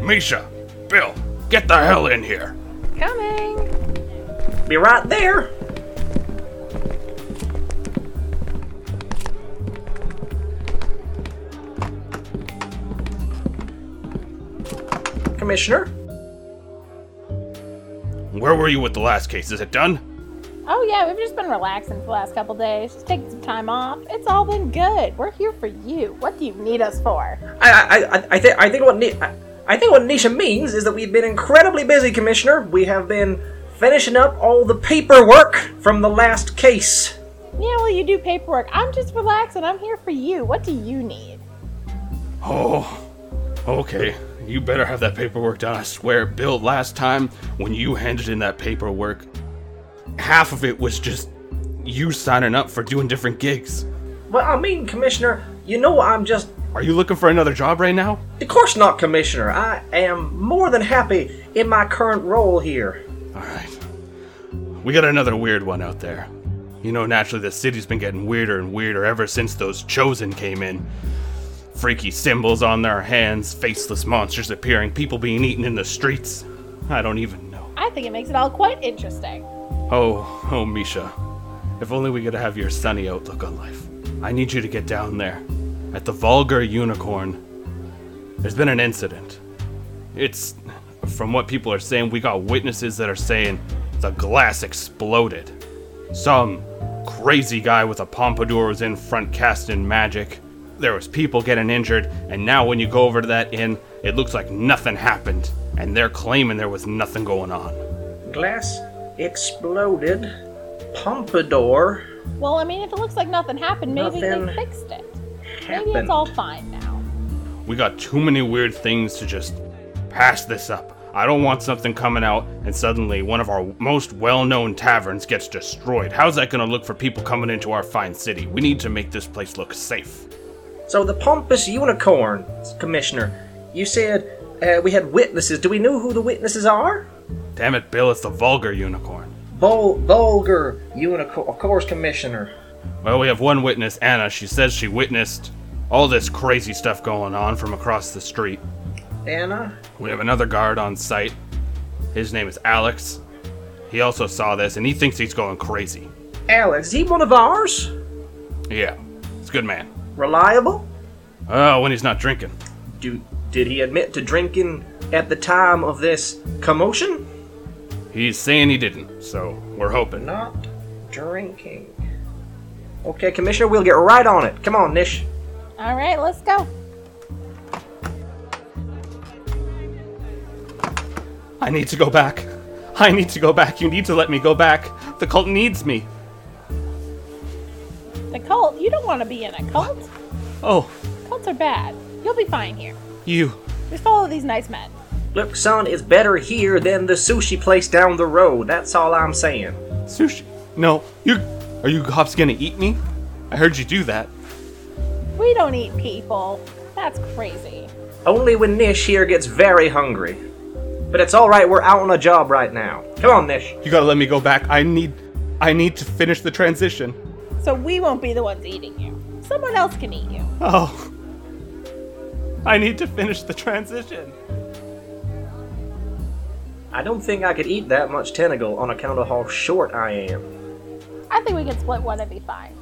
Misha, Bill, get the hell in here. Coming. Be right there. Commissioner? Where were you with the last case? Is it done? Oh yeah, we've just been relaxing for the last couple days, just taking some time off. It's all been good. We're here for you. What do you need us for? I I, I, I think I think what Ni- I, I think what Nisha means is that we've been incredibly busy, Commissioner. We have been finishing up all the paperwork from the last case. Yeah, well, you do paperwork. I'm just relaxing. I'm here for you. What do you need? Oh, okay. You better have that paperwork done. I swear, Bill, last time when you handed in that paperwork, half of it was just you signing up for doing different gigs. Well, I mean, Commissioner, you know I'm just. Are you looking for another job right now? Of course not, Commissioner. I am more than happy in my current role here. All right. We got another weird one out there. You know, naturally, the city's been getting weirder and weirder ever since those chosen came in. Freaky symbols on their hands, faceless monsters appearing, people being eaten in the streets. I don't even know. I think it makes it all quite interesting. Oh, oh, Misha. If only we could have your sunny outlook on life. I need you to get down there at the Vulgar Unicorn. There's been an incident. It's, from what people are saying, we got witnesses that are saying the glass exploded. Some crazy guy with a pompadour was in front casting magic. There was people getting injured, and now when you go over to that inn, it looks like nothing happened, and they're claiming there was nothing going on. Glass exploded. Pompadour Well, I mean, if it looks like nothing happened, maybe Nothing they fixed it. happened. Maybe it's all fine now. We got too many weird things to just pass this up. I don't want something coming out and suddenly one of our most well known taverns gets destroyed. How's that gonna look for people coming into our fine city? We need to make this place look safe. So the pompous unicorn, Commissioner, you said uh, we had witnesses. Do we know who the witnesses are? Damn it, Bill, it's the vulgar unicorn. Vul- vulgar unicorn, of course, Commissioner. Well, we have one witness, Anna. She says she witnessed all this crazy stuff going on from across the street. Anna. We have another guard on site. His name is Alex. He also saw this and he thinks he's going crazy. Alex, is he one of ours? Yeah, he's a good man. Reliable? Oh, when he's not drinking. Do did he admit to drinking at the time of this commotion? He's saying he didn't, so we're hoping. Not drinking. Okay, Commissioner, we'll get right on it. Come on, Nish. All right, let's go. I need to go back. I need to go back. You need to let me go back. The cult needs me. The cult. You don't want to be in a cult. Oh, Cults are bad. You'll be fine here. you. Just follow these nice men. Look, son, it's better here than the sushi place down the road. That's all I'm saying. Sushi. No, you. Are you cops gonna eat me? I heard you do that. We don't eat people. That's crazy. Only when Nish here gets very hungry. But it's alright, we're out on a job right now. Come on, Nish. You gotta let me go back. I need. I need to finish the transition. So we won't be the ones eating you. Someone else can eat you. Oh. I need to finish the transition. I don't think I could eat that much tentacle on account of how short I am. I think we can split one and be fine.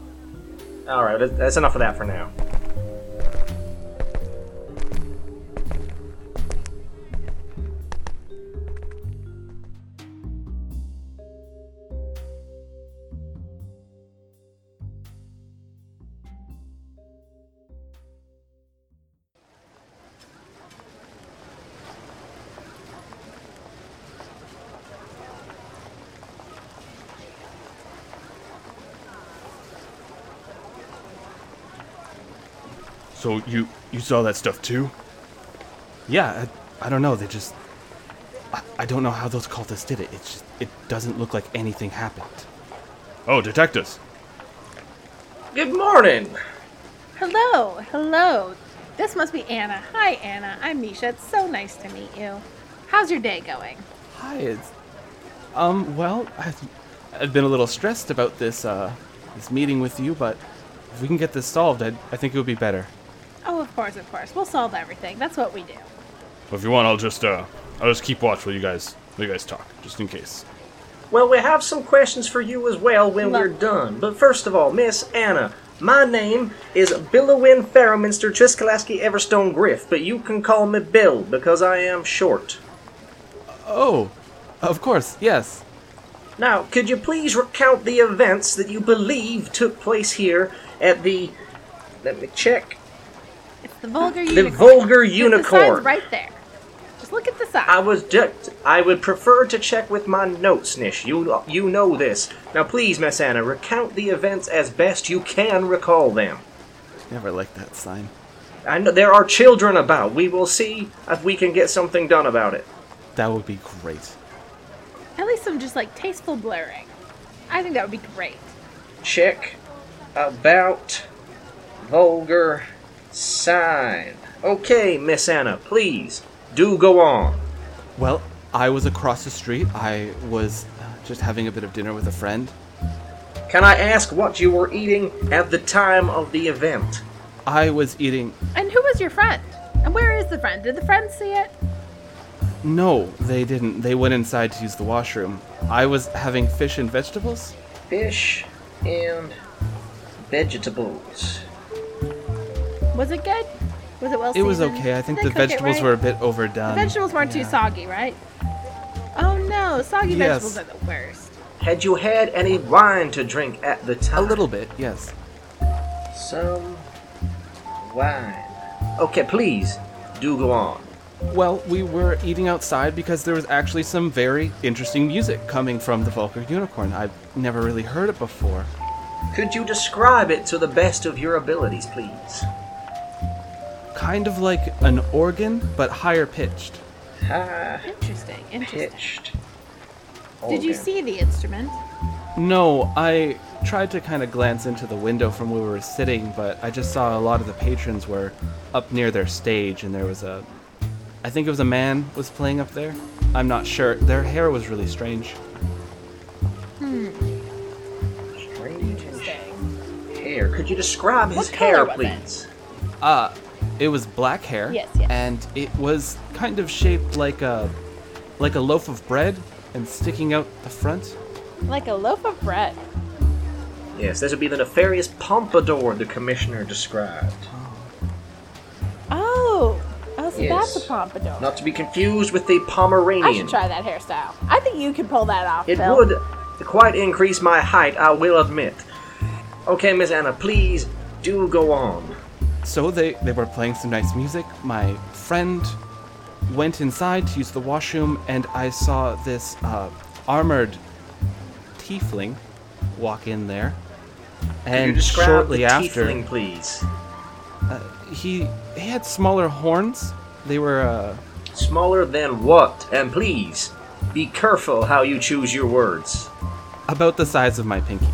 Alright, that- that's enough of that for now. So you you saw that stuff too? Yeah, I, I don't know. They just I, I don't know how those cultists did it. It's just it doesn't look like anything happened. Oh, detectives. Good morning! Hello, hello. This must be Anna. Hi, Anna. I'm Misha. It's so nice to meet you. How's your day going? Hi, it's um. Well, I've, I've been a little stressed about this uh this meeting with you, but if we can get this solved, I I think it would be better. Oh, of course, of course. We'll solve everything. That's what we do. But if you want, I'll just uh, I'll just keep watch while you guys while you guys talk, just in case. Well, we have some questions for you as well when we're Lovely. done. But first of all, Miss Anna, my name is Billowin Farrowminster Triskelaski Everstone Griff, but you can call me Bill because I am short. Oh, of course, yes. Now, could you please recount the events that you believe took place here at the. Let me check. It's the vulgar The unicorn. Vulgar The sign's Unicorn. right there. Just look at the sign. I was just. I would prefer to check with my notes, Nish. You, you know this. Now, please, Miss Anna, recount the events as best you can recall them. Never liked that sign. I know there are children about. We will see if we can get something done about it. That would be great. At least some just like tasteful blurring. I think that would be great. Check about vulgar sign. Okay, Miss Anna, please do go on. Well, I was across the street. I was uh, just having a bit of dinner with a friend. Can I ask what you were eating at the time of the event? I was eating. And who was your friend? And where is the friend? Did the friend see it? No, they didn't. They went inside to use the washroom. I was having fish and vegetables. Fish and vegetables. Was it good? Was it well It was seasoned? okay. I think Did the they cook it vegetables right? were a bit overdone. Um, The vegetables weren't too soggy, right? Oh no, soggy Yes. vegetables are the worst. Had you had any wine to drink at the a time? little bit, yes. Some wine. Okay, please do go on. Well, we were eating outside because there was actually some very interesting music coming from the Vulgar Unicorn. I've never really heard it before. Could you describe it to the best of your abilities, please? Kind of like an organ, but higher pitched. High Interesting, interesting. pitched. Did you see the instrument? No, I tried to kind of glance into the window from where we were sitting, but I just saw a lot of the patrons were up near their stage, and there was a. I think it was a man was playing up there. I'm not sure. Their hair was really strange. Strange Interesting. hair. Could you describe his What hair, color was it? please? Uh, it was black hair. Yes, yes. And it was kind of shaped like a, like a loaf of bread, and sticking out the front. Like a loaf of bread. Yes, this would be the nefarious pompadour the commissioner described. Oh, oh, so Yes. that's a pompadour. Not to be confused with the I should Pomeranian. try that hairstyle. I think you could pull that off. It Phil. would quite increase my height, I will admit. Okay, Miss Anna, please do go on. So they they were playing some nice music. My friend went inside to use the washroom, and I saw this uh, armored tiefling walk in there. Could you And describe shortly the after, tiefling, please? he he had smaller horns. They were uh, Smaller than what? And please, be careful how you choose your words. about the size of my pinky.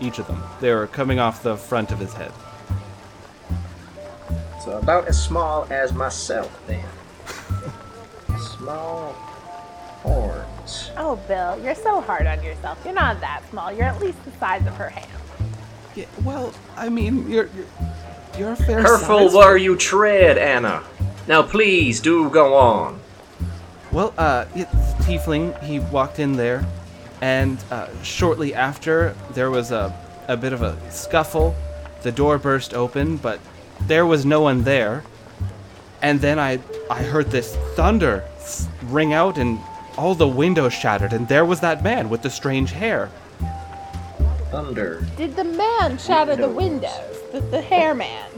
Each of them. They were coming off the front of his head. So about as small as myself, then. small horns. Oh, Bill, you're so hard on yourself. You're not that small. You're at least the size of her hand. Yeah, well, I mean, you're you're, you're a fair Careful size. where you tread, Anna. Now, please do go on. Well, uh, it's Tiefling. He walked in there, and uh, shortly after, there was a, a bit of a scuffle. The door burst open, but there was no one there. And then I, I heard this thunder s- ring out, and all the windows shattered, and there was that man with the strange hair. Thunder. Did the man shatter the Windows. windows? The, the hair man.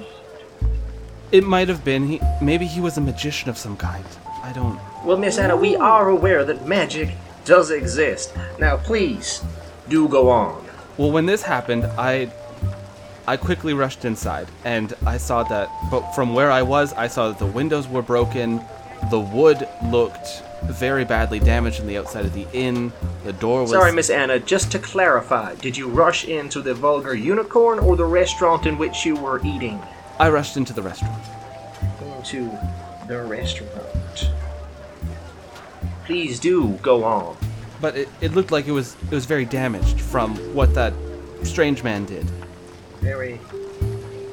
It might have been he. Maybe he was a magician of some kind. I don't. Well, Miss Anna, we are aware that magic does exist. Now, please do go on. Well, when this happened, I I quickly rushed inside and I saw that but from where I was, I saw that the windows were broken, the wood looked very badly damaged on the outside of the inn, the door was Sorry, Miss Anna, just to clarify, did you rush into the vulgar unicorn or the restaurant in which you were eating? I rushed into the restaurant. Into the restaurant. Please do go on. But it, it looked like it was it was very damaged from what that strange man did. Very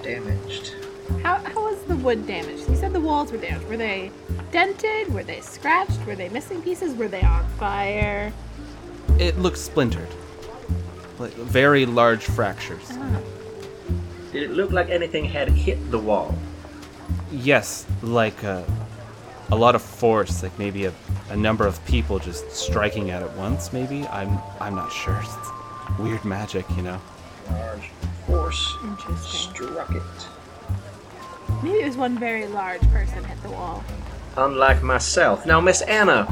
damaged. How, how was the wood damaged? You said the walls were damaged. Were they dented? Were they scratched? Were they missing pieces? Were they on fire? It looks splintered. Like very large fractures. Did it look like anything had hit the wall? Yes, like a, a lot of force, like maybe a, a number of people just striking at it once, maybe? I'm, I'm not sure. It's weird magic, you know? Large force Interesting. struck it. Maybe it was one very large person hit the wall. Unlike myself. Now, Miss Anna,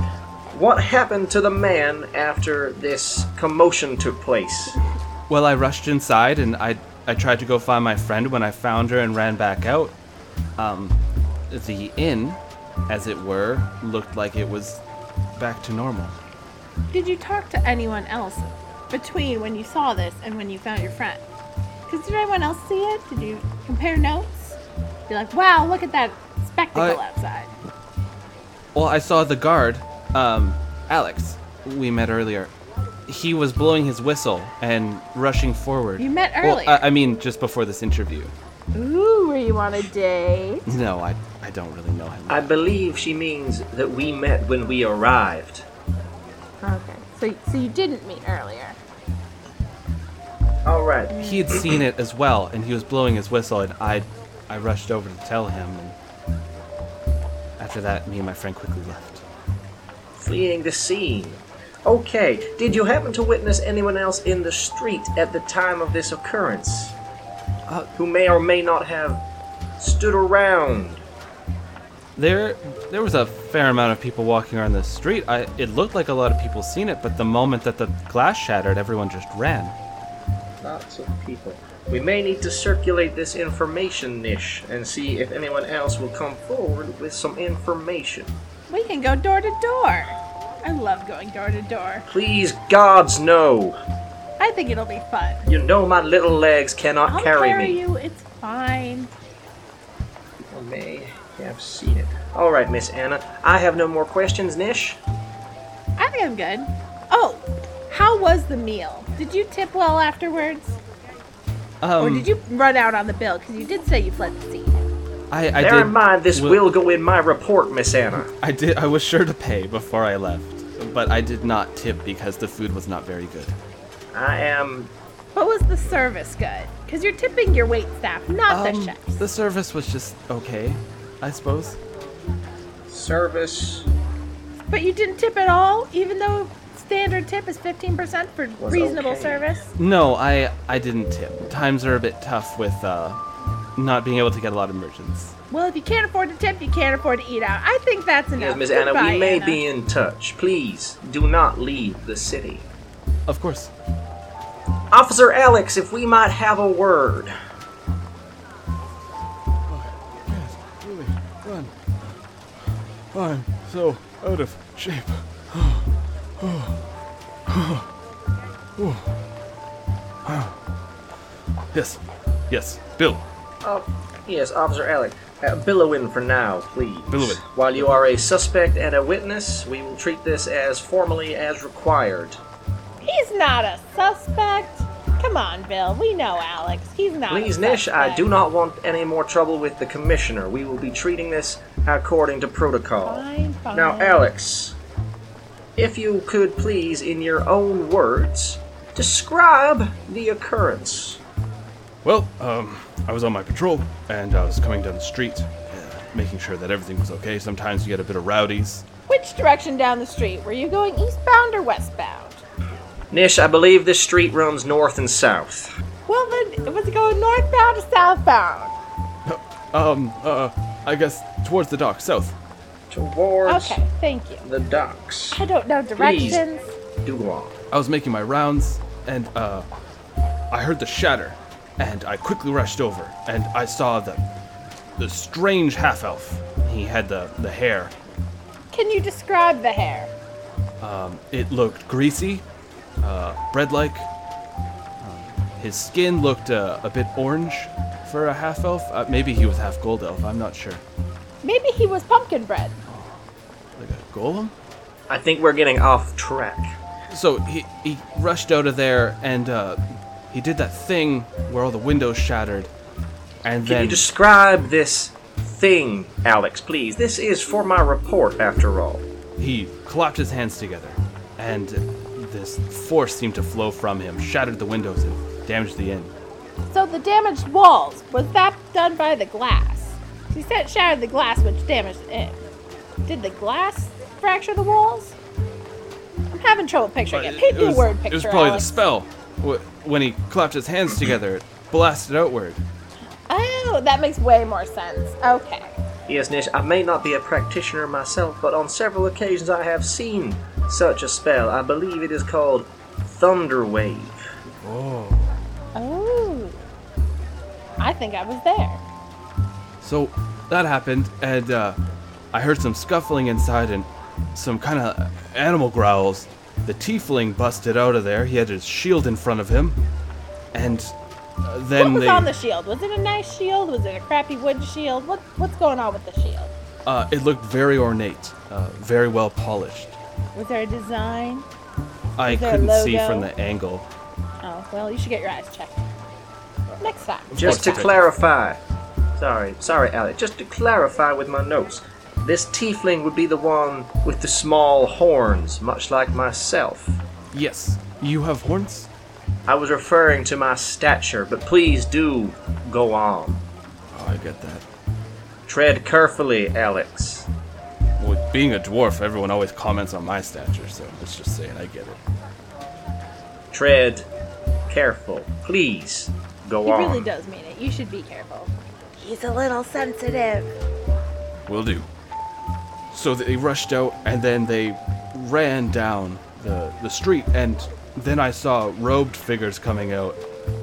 what happened to the man after this commotion took place? Well, I rushed inside and I I tried to go find my friend when I found her and ran back out. Um, the inn, as it were, looked like it was back to normal. Did you talk to anyone else between when you saw this and when you found your friend? Because did anyone else see it? Did you compare notes? You're like, wow, look at that spectacle I- outside. Well, I saw the guard, um, Alex, we met earlier. He was blowing his whistle and rushing forward. You met Well, earlier. I, I mean, just before this interview. Ooh, were you on a date? No, I, I don't really know him. I believe she means that we met when we arrived. Okay, so so you didn't meet earlier. All right. he had seen it as well, and he was blowing his whistle, and I, I rushed over to tell him. And after that, me and my friend quickly left. Fleeing the scene. Okay, did you happen to witness anyone else in the street at the time of this occurrence? Uh, who may or may not have stood around? There, there was a fair amount of people walking around the street. I, it looked like a lot of people seen it, but the moment that the glass shattered, everyone just ran. Lots of people. We may need to circulate this information niche and see if anyone else will come forward with some information. We can go door to door. I love going door to door. Please, gods, no! I think it'll be fun. You know my little legs cannot I'll carry, me. you. It's fine. I may have seen it. All right, Miss Anna. I have no more questions, Nish. I think I'm good. Oh, how was the meal? Did you tip well afterwards, Um, or did you run out on the bill? Because you did say you fled the scene. I, I Bear did. in mind, this wi- will go in my report, Miss Anna. I did. I was sure to pay before I left, but I did not tip because the food was not very good. I am. But was the service good? Because you're tipping your wait staff, not the chefs. Um, the service was just okay, I suppose. Service But you didn't tip at all, even though standard tip is 15% for Was reasonable okay. service. No, I I didn't tip. Times are a bit tough with uh, not being able to get a lot of merchants. Well, if you can't afford to tip, you can't afford to eat out. I think that's enough. Yes, Miss Anna, Goodbye, we may Anna. be in touch. Please do not leave the city. Of course. Officer Alex, if we might have a word. Yes, really, run. I'm so out of shape. Yes, yes, Bill. Oh, yes, Officer Alex. Uh, billow in for now, please. Billow in. While you are a suspect and a witness, we will treat this as formally as required. He's not a suspect. Come on, Bill. We know Alex. He's not. Please, a Nish, I suspect. do not want any more trouble with the commissioner. We will be treating this according to protocol. Fine, fine. Now, Alex, if you could please, in your own words, describe the occurrence. Well, um, I was on my patrol and I was coming down the street, uh, making sure that everything was okay. Sometimes you get a bit of rowdies. Which direction down the street? Were you going eastbound or westbound? Nish, I believe this street runs north and south. Well, then, it was going northbound or southbound. Um, uh, I guess towards the dock, south. Towards Okay, thank you. the docks. I don't know Please. directions. Do go on. I was making my rounds and uh, I heard the shatter, and I quickly rushed over and I saw the the strange half elf. He had the the hair. Can you describe the hair? It looked greasy, uh, bread like. Um, his skin looked uh, a bit orange for a half elf. Uh, maybe he was half gold elf. I'm not sure. Maybe he was pumpkin bread. Like a golem. I think we're getting off track. So he he rushed out of there and uh, he did that thing where all the windows shattered, and Can then you describe this thing, Alex, please. This is for my report, after all. He clapped his hands together, and this force seemed to flow from him, shattered the windows, and damaged the inn. So the damaged walls was that done by the glass? She said shattered the glass, which damaged it. Did the glass fracture the walls? I'm having trouble picturing it. Paint It me a was- word picture. It was probably Alex. the spell. Wh- When he clapped his hands together, it blasted outward. Oh, that makes way more sense. Okay. Yes, Nish, I may not be a practitioner myself, but on several occasions I have seen such a spell. I believe it is called Thunder Wave. Oh. I think I was there. So that happened, and uh, I heard some scuffling inside and some kind of animal growls. The tiefling busted out of there. He had his shield in front of him, and uh, then what was they on the shield? Was it a nice shield? Was it a crappy wooden shield? What What's going on with the shield? uh, it looked very ornate, uh, very well polished. Was there a design? I Is there a couldn't see logo? from the angle. Oh, well, you should get your eyes checked. Next time. Just to Okay. clarify, sorry, sorry, Alex. Just to clarify with my notes, this tiefling would be the one with the small horns, much like myself. Yes, you have horns. I was referring to my stature, but please do go on. Oh, I get that. Tread carefully, Alex. Well, being a dwarf, everyone always comments on my stature, so let's just say it. I get it. Tread careful. Please go He on. really does mean it. You should be careful. He's a little sensitive. Will do. So they rushed out and then they ran down the, the street, and then I saw robed figures coming out.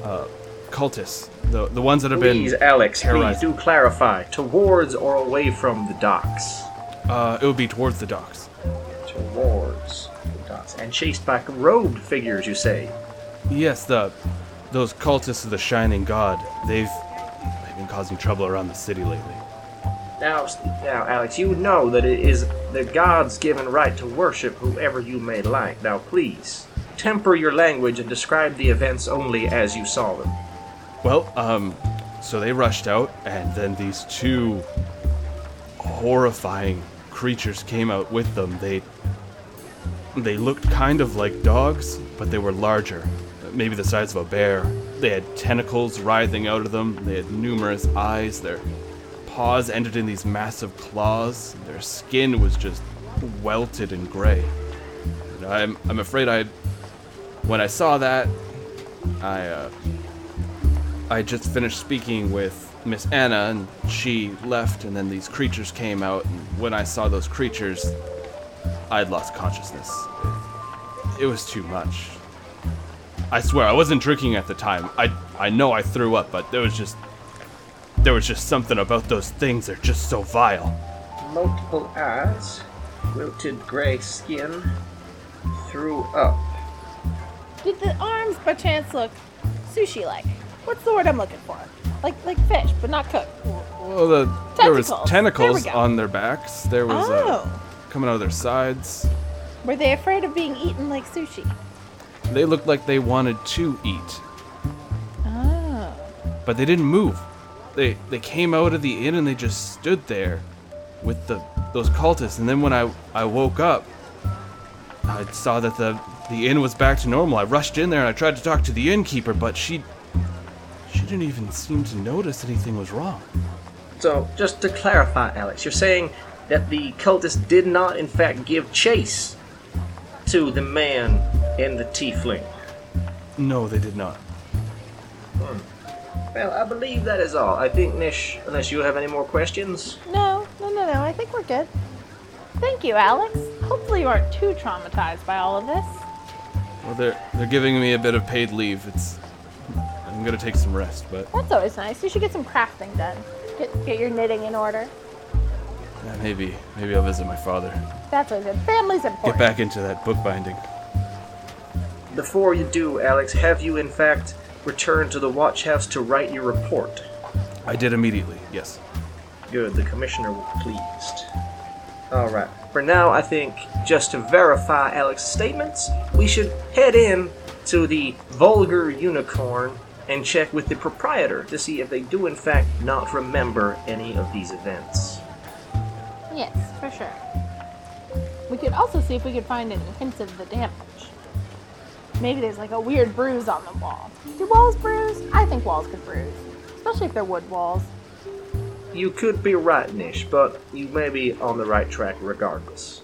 Uh, cultists. The, the ones that have Please, been. Alex, terrorized. please do clarify. Towards or away from the docks? Uh, it would be towards the docks. Towards the docks. And chased by robed figures, you say? Yes, the those cultists of the Shining God, they've, they've been causing trouble around the city lately. Now, now, Alex, you know that it is the God's given right to worship whoever you may like. Now, please, temper your language and describe the events only as you saw them. Well, um, so they rushed out, and then these two horrifying creatures came out with them. They they looked kind of like dogs, but they were larger, maybe the size of a bear. They had tentacles writhing out of them. They had numerous eyes. Their paws ended in these massive claws. Their skin was just welted and gray. And I'm I'm afraid I when I saw that I uh, I just finished speaking with Miss Anna, and she left, and then these creatures came out, and when I saw those creatures, I'd lost consciousness. It, it was too much. I swear, I wasn't drinking at the time. I, I know I threw up, but there was just. There was just something about those things. They're just so vile. Multiple eyes, wilted gray skin, threw up. Did the arms by chance look sushi like? What's the word I'm looking for? Like like fish, but not cooked. Well, the, there was Tentacles. There we tentacles go. on their backs. There was uh, Oh. coming out of their sides. Were they afraid of being eaten like sushi? They looked like they wanted to eat. Oh. but they didn't move. They they came out of the inn and they just stood there with the those cultists. And then when I I woke up, I saw that the the inn was back to normal. I rushed in there and I tried to talk to the innkeeper, but she she didn't even seem to notice anything was wrong. So, just to clarify, Alex, you're saying that the cultists did not, in fact, give chase to the man in the tiefling. No, they did not. Well, I believe that is all. I think, Nish, unless you have any more questions. No, no, no, no. I think we're good. Thank you, Alex. Hopefully you aren't too traumatized by all of this. Well, they're they're giving me a bit of paid leave. It's I'm gonna take some rest, but That's always nice. You should get some crafting done. Get get your knitting in order. yeah, maybe maybe I'll visit my father. That's always good. Family's Get important. back into that bookbinding. Before you do, Alex, have you, in fact, returned to the watch house to write your report? I did immediately. Yes. Good, the commissioner will be pleased. Alright, for now, I think just to verify Alex's statements, we should head in to the vulgar unicorn and check with the proprietor to see if they do, in fact, not remember any of these events. Yes, for sure. We could also see if we could find any hints of the damage. Maybe there's like a weird bruise on the wall. Do walls bruise? I think walls could bruise, especially if they're wood walls. You could be right, Nish, but you may be on the right track regardless.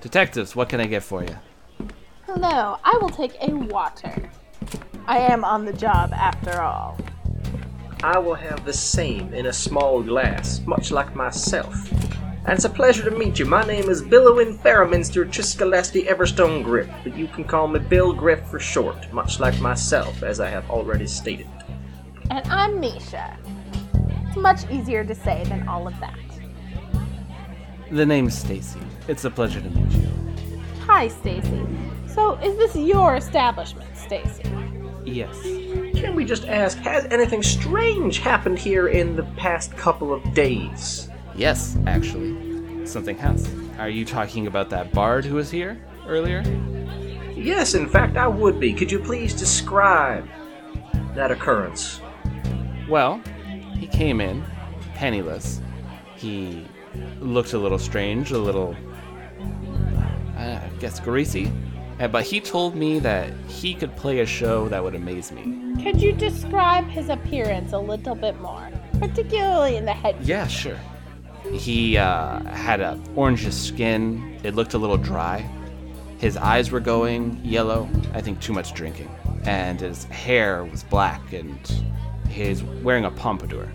Detectives, what can I get for you? Hello, I will take a water. I am on the job after all. I will have the same in a small glass, much like myself. And it's a pleasure to meet you. My name is Billowin Fairminster Triskelesty Everstone Grip, but you can call me Bill Grip for short, much like myself, as I have already stated. And I'm Misha. It's much easier to say than all of that. The name's Stacy. It's a pleasure to meet you. Hi, Stacy. So, is this your establishment, Stacy? Yes. Can we just ask, has anything strange happened here in the past couple of days? Yes, actually. Something has. Are you talking about that bard who was here earlier? Yes, in fact, I would be. Could you please describe that occurrence? Well, he came in, penniless. He looked a little strange, a little, I guess, greasy. Uh, But he told me that he could play a show that would amaze me. Could you describe his appearance a little bit more, particularly in the head? Yeah, sure. He uh, had a orangish skin. It looked a little dry. His eyes were going yellow. I think too much drinking. And his hair was black, and he's wearing a pompadour.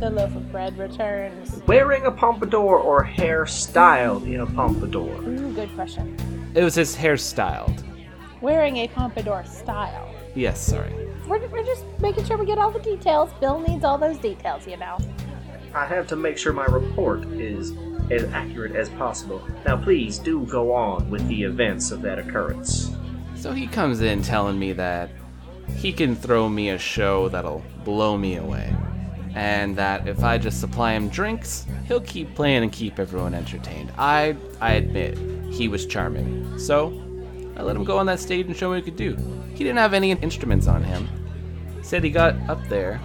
The loaf of bread returns. Wearing a pompadour or hair styled in a pompadour? Ooh, good question. It was his hair styled. Wearing a pompadour style. Yes, sorry. We're, we're just making sure we get all the details. Bill needs all those details, you know. I have to make sure my report is as accurate as possible. Now, please do go on with the events of that occurrence. So he comes in telling me that he can throw me a show that'll blow me away. And that if I just supply him drinks, he'll keep playing and keep everyone entertained. I I admit, he was charming. So I let him go on that stage and show what he could do. He didn't have any instruments on him. Said he got up there,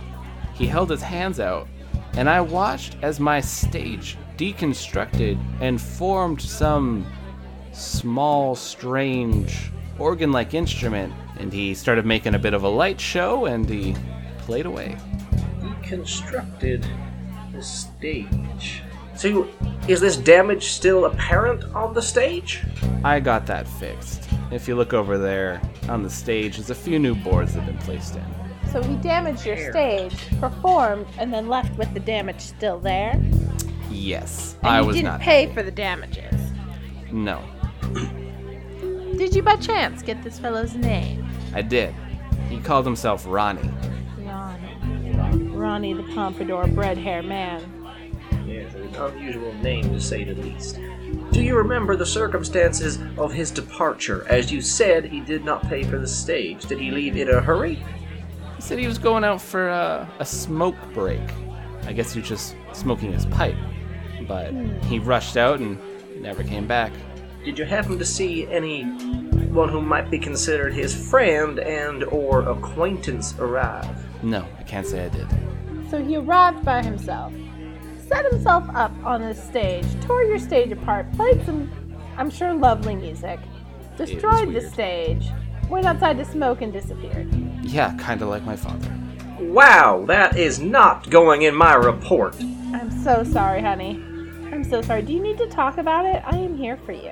he held his hands out, and I watched as my stage deconstructed and formed some small, strange, organ like instrument, and he started making a bit of a light show and he played away. He constructed the stage. So, is this damage still apparent on the stage? I got that fixed. If you look over there on the stage, there's a few new boards that have been placed in. So he damaged your stage, performed, and then left with the damage still there. And Yes, I you was didn't not. pay for the damages. no, Did you by chance get this fellow's name? I did. He called himself Ronnie. Ronnie. Ronnie the pompadour bread hair man. Yes, an unusual name to say the least. Do you remember the circumstances of his departure? As you said, he did not pay for the stage. Did he leave in a hurry? He said he was going out for uh, a smoke break. I guess he was just smoking his pipe. But he rushed out and never came back. Did you happen to see any one who might be considered his friend and or acquaintance arrive? No, I can't say I did. So he arrived by himself, set himself up on this stage, tore your stage apart, played some, I'm sure, lovely music, destroyed the weird. stage, went outside to smoke and disappeared. Yeah, kinda like my father. Wow, that is not going in my report. I'm so sorry, honey. I'm so sorry. Do you need to talk about it? I am here for you.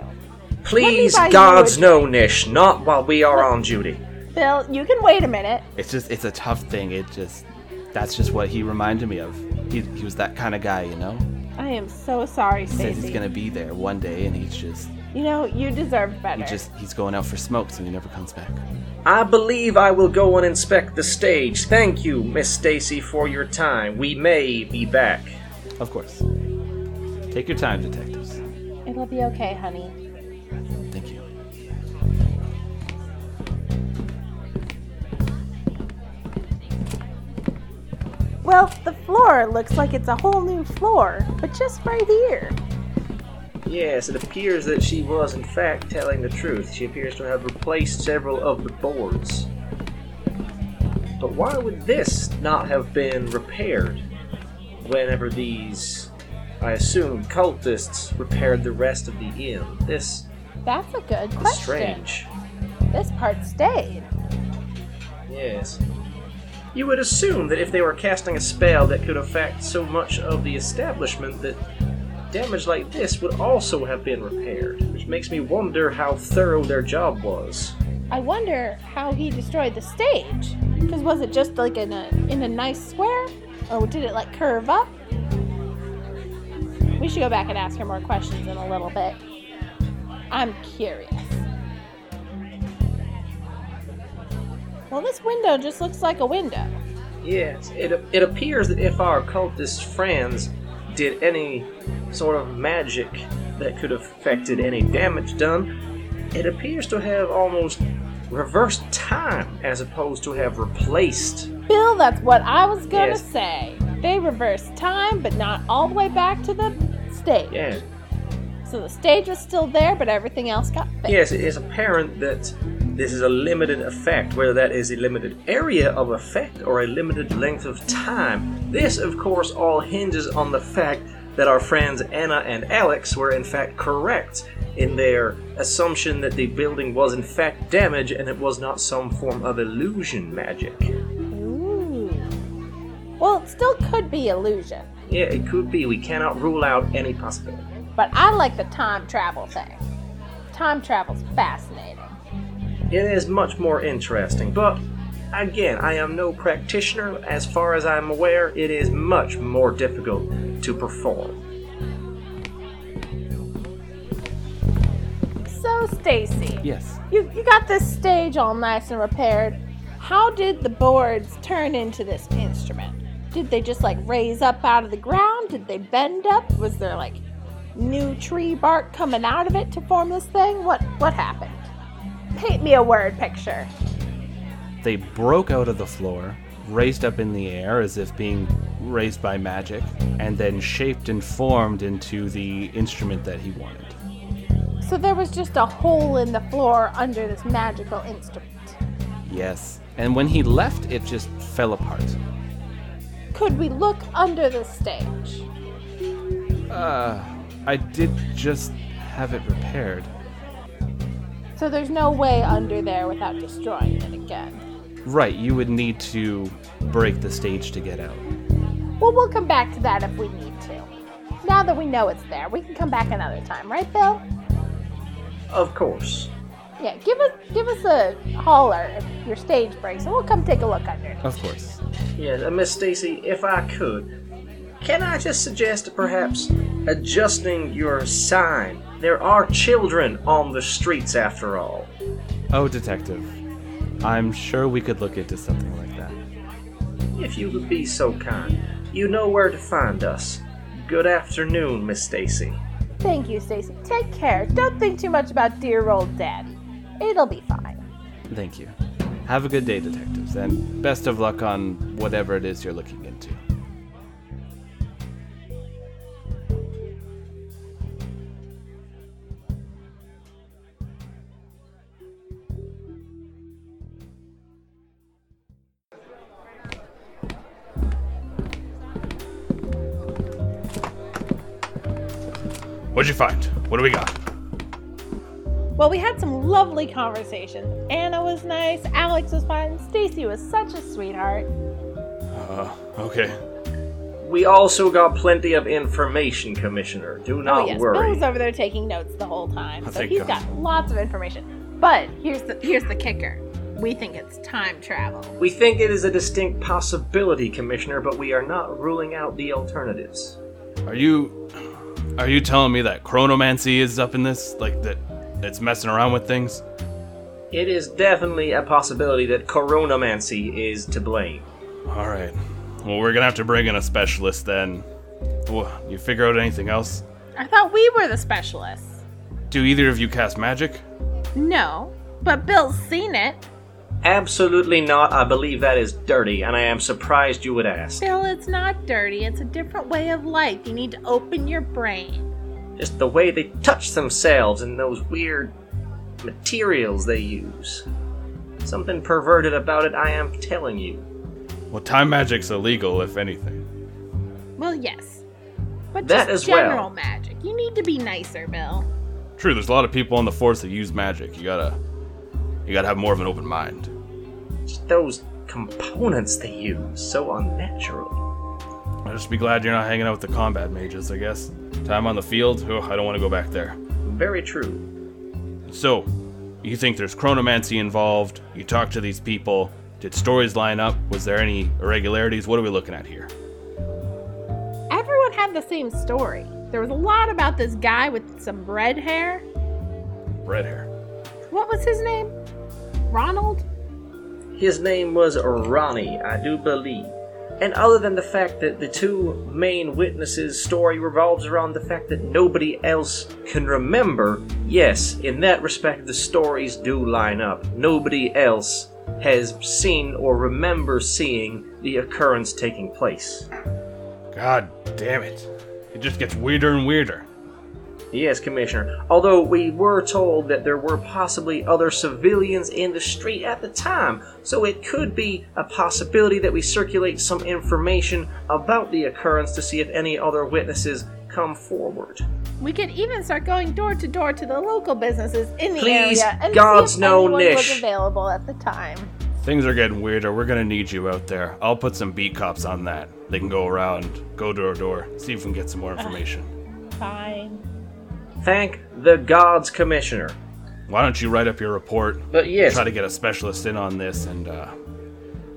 Please, buy you gods a no, Nish, not while we are on duty. Bill, you can wait a minute. It's just it's a tough thing. It just that's just what he reminded me of. He, he was that kind of guy, you know. I am so sorry, He says Stacy. he's gonna be there one day, and he's just You know, you deserve better. he just he's going out for smokes, and he never comes back. I believe I will go and inspect the stage. Thank you, Miss Stacy, for your time. We may be back. Of course. Take your time, detectives. It'll be okay, honey. Thank you. Wait, Well, the floor looks like it's a whole new floor, but just right here. Yes, it appears that she was, in fact, telling the truth. She appears to have replaced several of the boards. But why would this not have been repaired whenever these, I assume, cultists repaired the rest of the inn? This That's a good is question. strange. This part stayed. Yes. You would assume that if they were casting a spell that could affect so much of the establishment, that damage like this would also have been repaired, which makes me wonder how thorough their job was. I wonder how he destroyed the stage. Because was it just like in a in a nice square, or did it like curve up? We should go back and ask her more questions in a little bit. I'm curious. Well, this window just looks like a window. Yes, it, it appears that if our cultist friends did any sort of magic that could have affected any damage done, it appears to have almost reversed time as opposed to have replaced Bill, that's what I was gonna Yes. say. They reversed time, but not all the way back to the stage. Yeah. So the stage was still there, but everything else got fixed. Yes, it is apparent that this is a limited effect, whether that is a limited area of effect or a limited length of time. This, of course, all hinges on the fact that our friends Anna and Alex were in fact correct in their assumption that the building was in fact damaged and it was not some form of illusion magic. Ooh. Hmm. Well, it still could be illusion, Yeah, it could be. We cannot rule out any possibility. but I like the time travel thing. Time travel's fascinating. It is much more interesting, but again, I am no practitioner. As far as I'm aware, it is much more difficult to perform. So, Stacy, Yes. you, you got this stage all nice and repaired. How did the boards turn into this instrument? Did they just like raise up out of the ground? Did they bend up? Was there like new tree bark coming out of it to form this thing? What what happened? Paint me a word picture. They broke out of the floor, raised up in the air as if being raised by magic, and then shaped and formed into the instrument that he wanted. So there was just a hole in the floor under this magical instrument. Yes. And when he left, it just fell apart. Could we look under the stage? Uh, I did just have it repaired. So there's no way under there without destroying it again. Right, you would need to break the stage to get out. Well, we'll come back to that if we need to. Now that we know it's there, we can come back another time, right, Bill? Of course. Yeah, give us give us a holler if your stage breaks, and we'll come take a look under. it. Of course. Yes, and Miss Stacy, if I could, can I just suggest perhaps adjusting your sign? There are children on the streets after all. Oh, detective. I'm sure we could look into something like that. If you would be so kind, you know where to find us. Good afternoon, Miss Stacy. Thank you, Stacy. Take care. Don't think too much about dear old Daddy. It'll be fine. Thank you. Have a good day, detectives, and best of luck on whatever it is you're looking into. What'd you find? What do we got? Well, we had some lovely conversations. Anna was nice, Alex was fun, Stacy was such a sweetheart. Uh, okay. We also got plenty of information, Commissioner. Do not oh yes, worry. Oh, Bill was over there taking notes the whole time, so thank he's God. got lots of information. But here's the here's the kicker: we think it's time travel. We think it is a distinct possibility, Commissioner, but we are not ruling out the alternatives. Are you are you telling me that chronomancy is up in this? Like that it's messing around with things? It is definitely a possibility that coronamancy is to blame. All right. Well, we're gonna have to bring in a specialist then. Wha- You figure out anything else? I thought we were the specialists. Do either of you cast magic? No, but Bill's seen it. Absolutely not. I believe that is dirty, and I am surprised you would ask. Bill, it's not dirty. It's a different way of life. You need to open your brain. Just the way they touch themselves and those weird materials they use. Something perverted about it, I am telling you. Well, time magic's illegal, if anything. Well, yes. But That just as well. general magic. You need to be nicer, Bill. True, there's a lot of people on the force that use magic. You gotta, you gotta have more of an open mind. Just those components they use, so unnatural. I'll just be glad you're not hanging out with the combat mages, I guess. Time on the field, oh, I don't want to go back there. Very true. So, you think there's chronomancy involved? You talked to these people. Did stories line up? Was there any irregularities? What are we looking at here? Everyone had the same story. There was a lot about this guy with some red hair. Red hair. What was his name? Ronald? His name was Ronnie, I do believe. And other than the fact that the two main witnesses' story revolves around the fact that nobody else can remember, yes, in that respect, the stories do line up. Nobody else has seen or remembers seeing the occurrence taking place. God damn it. It just gets weirder and weirder. Yes, Commissioner. Although we were told that there were possibly other civilians in the street at the time, so it could be a possibility that we circulate some information about the occurrence to see if any other witnesses come forward. We could even start going door to door to the local businesses in the Please, area and gods, see if no anyone was nish. available at the time. Things are getting weirder. We're gonna need you out there. I'll put some beat cops on that. They can go around, go door to door, see if we can get some more information. Fine. Thank the gods, Commissioner. Why don't you write up your report? But yes, Try to get a specialist in on this, and uh,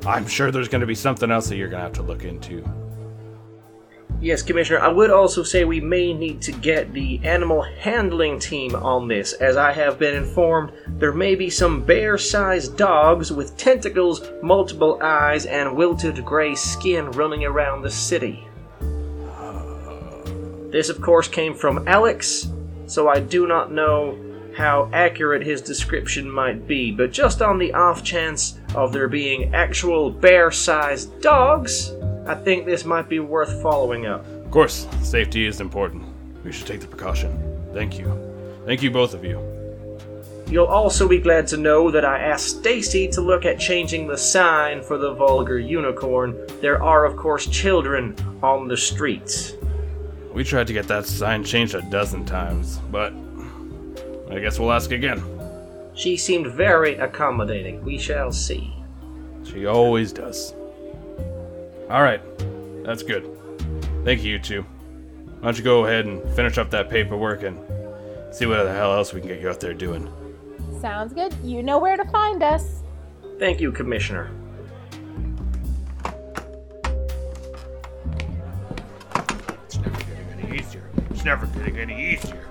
I'm sure there's gonna be something else that you're gonna have to look into. Yes, Commissioner, I would also say we may need to get the animal handling team on this, as I have been informed there may be some bear sized dogs with tentacles, multiple eyes, and wilted gray skin running around the city. This, of course, came from Alex, so I do not know how accurate his description might be, but just on the off chance of there being actual bear sized dogs, I think this might be worth following up. Of course, safety is important. We should take the precaution. Thank you. Thank you, both of you. You'll also be glad to know that I asked Stacy to look at changing the sign for the vulgar unicorn. There are, of course, children on the streets. We tried to get that sign changed a dozen times, but I guess we'll ask again. She seemed very accommodating. We shall see. She always does. All right, that's good. Thank you, you two. Why don't you go ahead and finish up that paperwork and see what the hell else we can get you out there doing. Sounds good. You know where to find us. Thank you, Commissioner. It's never getting any easier. It's never getting any easier.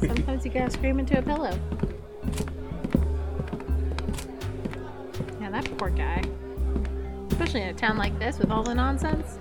Sometimes you gotta scream into a pillow. Yeah, that poor guy. Especially in a town like this with all the nonsense.